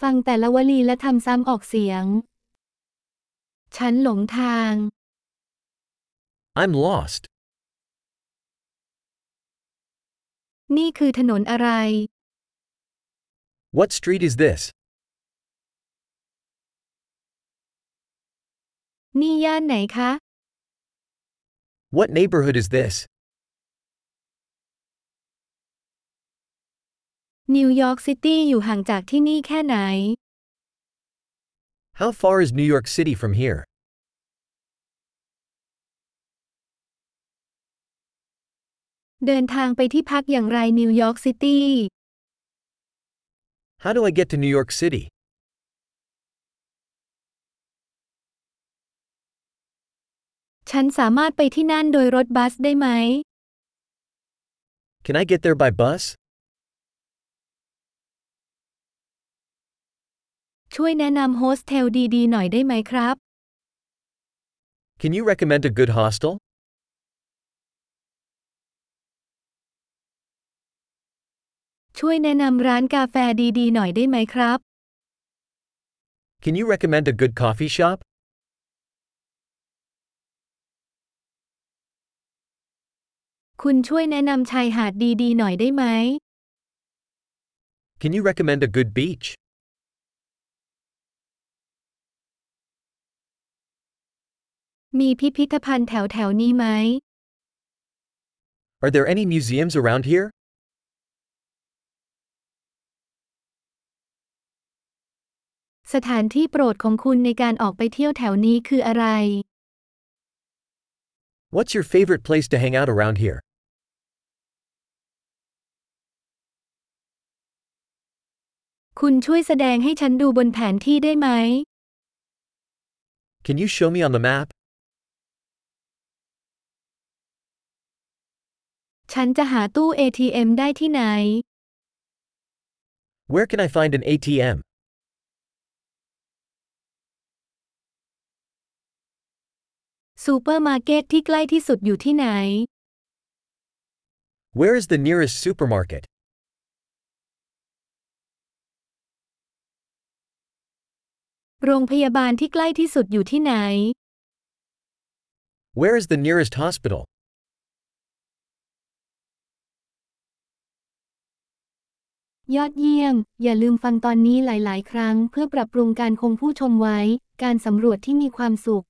ฟังแต่ละวลีและทำซ้ำออกเสียง ฉันหลงทาง I'm lost. นี่คือถนนอะไร What street is this? นี่ย่านไหนคะ What neighborhood is this? นิวยอร์กซิตี้อยู่ห่างจากที่นี่แค่ไหน How far is New York City from here? เดินทางไปที่พักอย่างไรนิวยอร์กซิตี้ How do I get to New York City? ฉันสามารถไปที่นั่นโดยรถบัสได้ไหม Can I get there by bus? ช่วยแนะนำโฮสเทลดีๆ หน่อยได้ไหมครับ Can you recommend a good hostel? ช่วยแนะนำร้านกาแฟดีๆ หน่อยได้ไหมครับ Can you recommend a good coffee shop? คุณช่วยแนะนำชายหาดดีๆ หน่อยได้ไหม Can you recommend a good beach? มีพิพิธภัณฑ์แถวแถวๆนี้ไหม Are there any museums around here? สถานที่โปรดของคุณในการออกไปเที่ยวแถวนี้คืออะไร What's your favorite place to hang out around here? คุณช่วยแสดงให้ฉันดูบนแผนที่ได้ไหม Can you show me on the map? ฉันจะหาตู้ ATM ได้ที่ไหน Where can I find an ATM? ซูเปอร์มาร์เก็ตที่ใกล้ที่สุดอยู่ที่ไหน Where is the nearest supermarket? โรงพยาบาลที่ใกล้ที่สุดอยู่ที่ไหน Where is the nearest hospital? ยอดเยี่ยม อย่าลืมฟังตอนนี้หลาย ๆ ครั้ง เพื่อปรับปรุงการคงผู้ชมไว้ การสำรวจที่มีความสุข